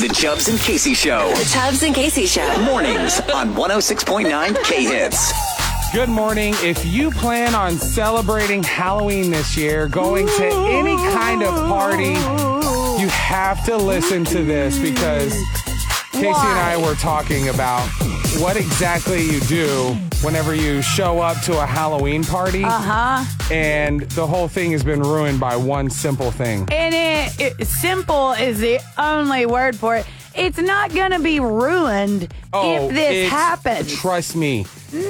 The Chubbs and Casey Show. The Tubbs and Casey Show. Mornings on 106.9 K Hits. Good morning. If you plan on celebrating Halloween this year, going to any kind of party, you have to listen to this because Casey and I were talking about what exactly you do whenever you show up to a Halloween party. Uh-huh. Uh huh. And the whole thing has been ruined by one simple thing. And it, it simple is the only word for it. It's not gonna be ruined if this Oh, it's- happens. Trust me. no,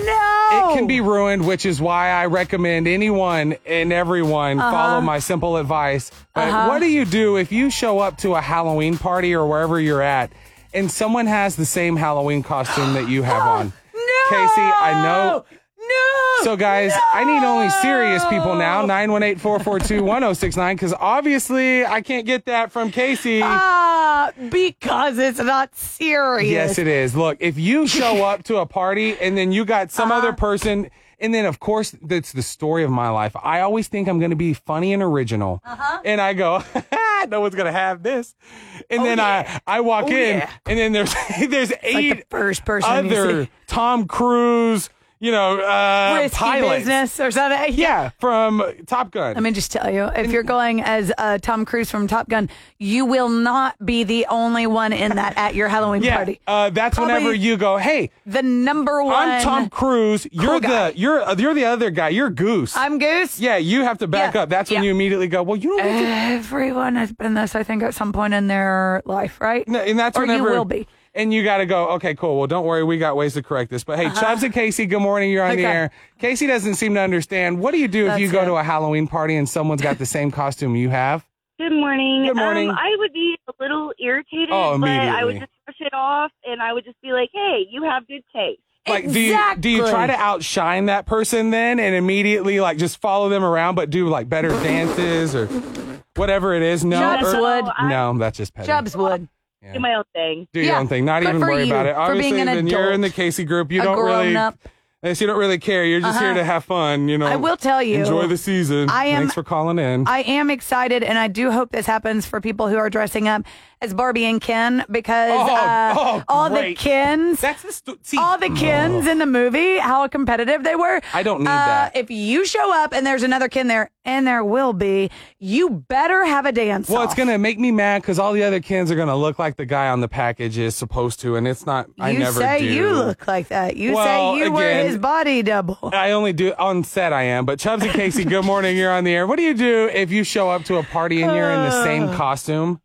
It can be ruined, which is why I recommend anyone and everyone Uh-huh. follow my simple advice. But what do you do if you show up to a Halloween party or wherever you're at and someone has the same Halloween costume that you have on? No, Casey, I know. No. So, guys, I need only serious people now No. 918 442 1069 because obviously I can't get that from Casey. Ah, because it's not serious. Yes, it is. Look, if you show up to a party and then you got some other Uh-huh. person, and then of course that's the story of my life. I always think I'm going to be funny and original, Uh-huh. and I go, no one's going to have this, and then I I walk in, Oh, yeah. and then there's there's the eight first person you other see. Tom Cruise, you know, uh, Risky pilots, business or something. yeah, from Top Gun. Let me just tell you, if you're going as uh, Tom Cruise from Top Gun, you will not be the only one in that at your Halloween yeah, party. uh, that's Probably whenever you go, hey. the number one. I'm Tom Cruise. You're guy. the you're you're the other guy. You're Goose. I'm Goose. Yeah, you have to back Yeah. up. That's when Yeah. Eh, you immediately go, well, you don't. Need to. Everyone has been this, I think, at some point in their life, right? No, And that's or whenever you will be. And you got to go. Okay, cool. Well, don't worry. We got ways to correct this. But hey, Chubbs and Casey, good morning. You're on the Uh-huh. Okay. air. Casey doesn't seem to understand. What do you do if That's you go it. to a Halloween party and someone's got the same costume you have? Good morning. Good morning. Um, I would be a little irritated, Oh, but I would immediately. just brush it off, and I would just be like, "Hey, you have good taste." Like, do you do you try Exactly. to outshine that person then and immediately like just follow them around, but do like better dances or whatever it is? No, Chubbs or- would. No, that's just petty. Chubbs would. Do my own thing. do your Yeah, own thing. Not good even for worry you about it. for Obviously, being an then you're in the adult, Casey group. You a don't really, grown-up. yes, you don't really care. You're just here to have fun. You know. I will tell you, Enjoy the season. I am- Thanks for calling in. I am excited, and I do hope this happens for people who are dressing up as Barbie and Ken because Oh, uh, oh, all the great. Kens, That's the stu- see, all the Kens in the movie, how competitive they were. Uh, I don't need that. If you show up and there's another Ken there, and there will be, you better have a dance. Well, it's gonna make me mad because all the other kids are gonna look like the guy on the package is supposed to, and it's not. I You never say do. you look like that. You Well, say you were again- his body double. I only do on set. I am, but Chubbs and Casey, good morning. You're on the air. What do you do if you show up to a party and you're in the same costume?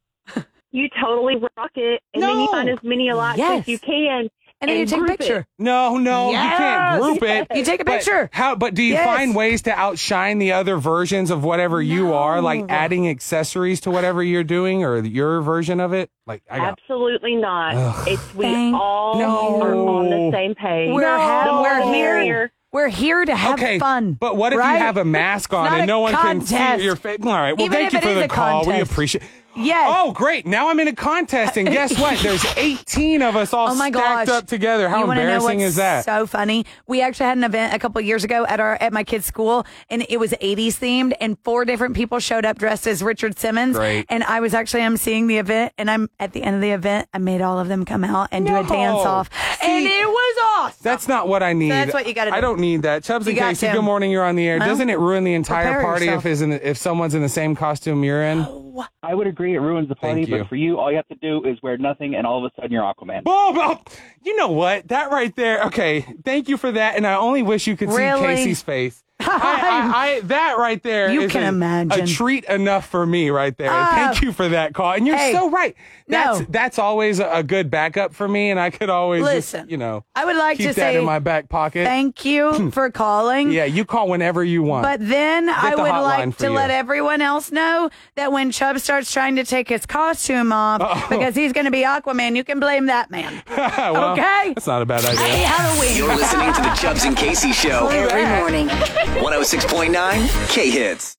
You totally rock it, and then you No. find as many alike Yes. as you can, And then you take a group picture. It. No, no, you Yes. can't group it. You take a But picture. how? But do you Yes. find ways to outshine the other versions of whatever you are, like adding accessories to whatever you're doing or your version of it? Like I got. Absolutely not. It's we Thank all No. are on the same page. We're, ha- we're here. We're here to have Okay, fun. but what if right? you have a mask on not and a no one can contest. see your face? All right. Well, Even thank if you it for is the a call. We contest. appreciate. Yes. Oh, great! Now I'm in a contest, and guess what? There's 18 of us all Oh my stacked gosh. up together. How you wanna know embarrassing what's is that? So funny. We actually had an event a couple years ago at our at my kids' school and it was 80s themed and four different people showed up dressed as Richard Simmons. Great. And I was actually I'm seeing the event and I'm at the end of the event I made all of them come out and do No. a dance off. And See, it was awesome. That's not what I need. That's what you gotta I do. don't need that. Chubbs and You got Casey, to. good morning. You're on the air. Doesn't it ruin the entire prepare party if yourself. is in if someone's in the same costume you're in? I would agree it ruins the party, Thank you. but for you, all you have to do is wear nothing, and all of a sudden you're Aquaman. Boom! Oh, you know what? That right there. Okay, thank you for that. And I only wish you could see Really? Casey's face. I, I, I, that right there. You is can a- imagine. Ah. a treat enough for me right there. thank you for that call. And you're Hey, so right. That's no. that's always a, a good backup for me, and I could always just, Listen, you know, I would like keep to that say in my back pocket. Thank you for calling. yeah, you call whenever you want. But then I the would hotline like for to you. let everyone else know that when Chubb starts trying to take his costume off because he's going to be Aquaman, you can blame that man. Well, okay. that's not a bad idea. Hey, Halloween. You're listening to The Chubbs and Casey Show. Every morning. 106.9 K Hits.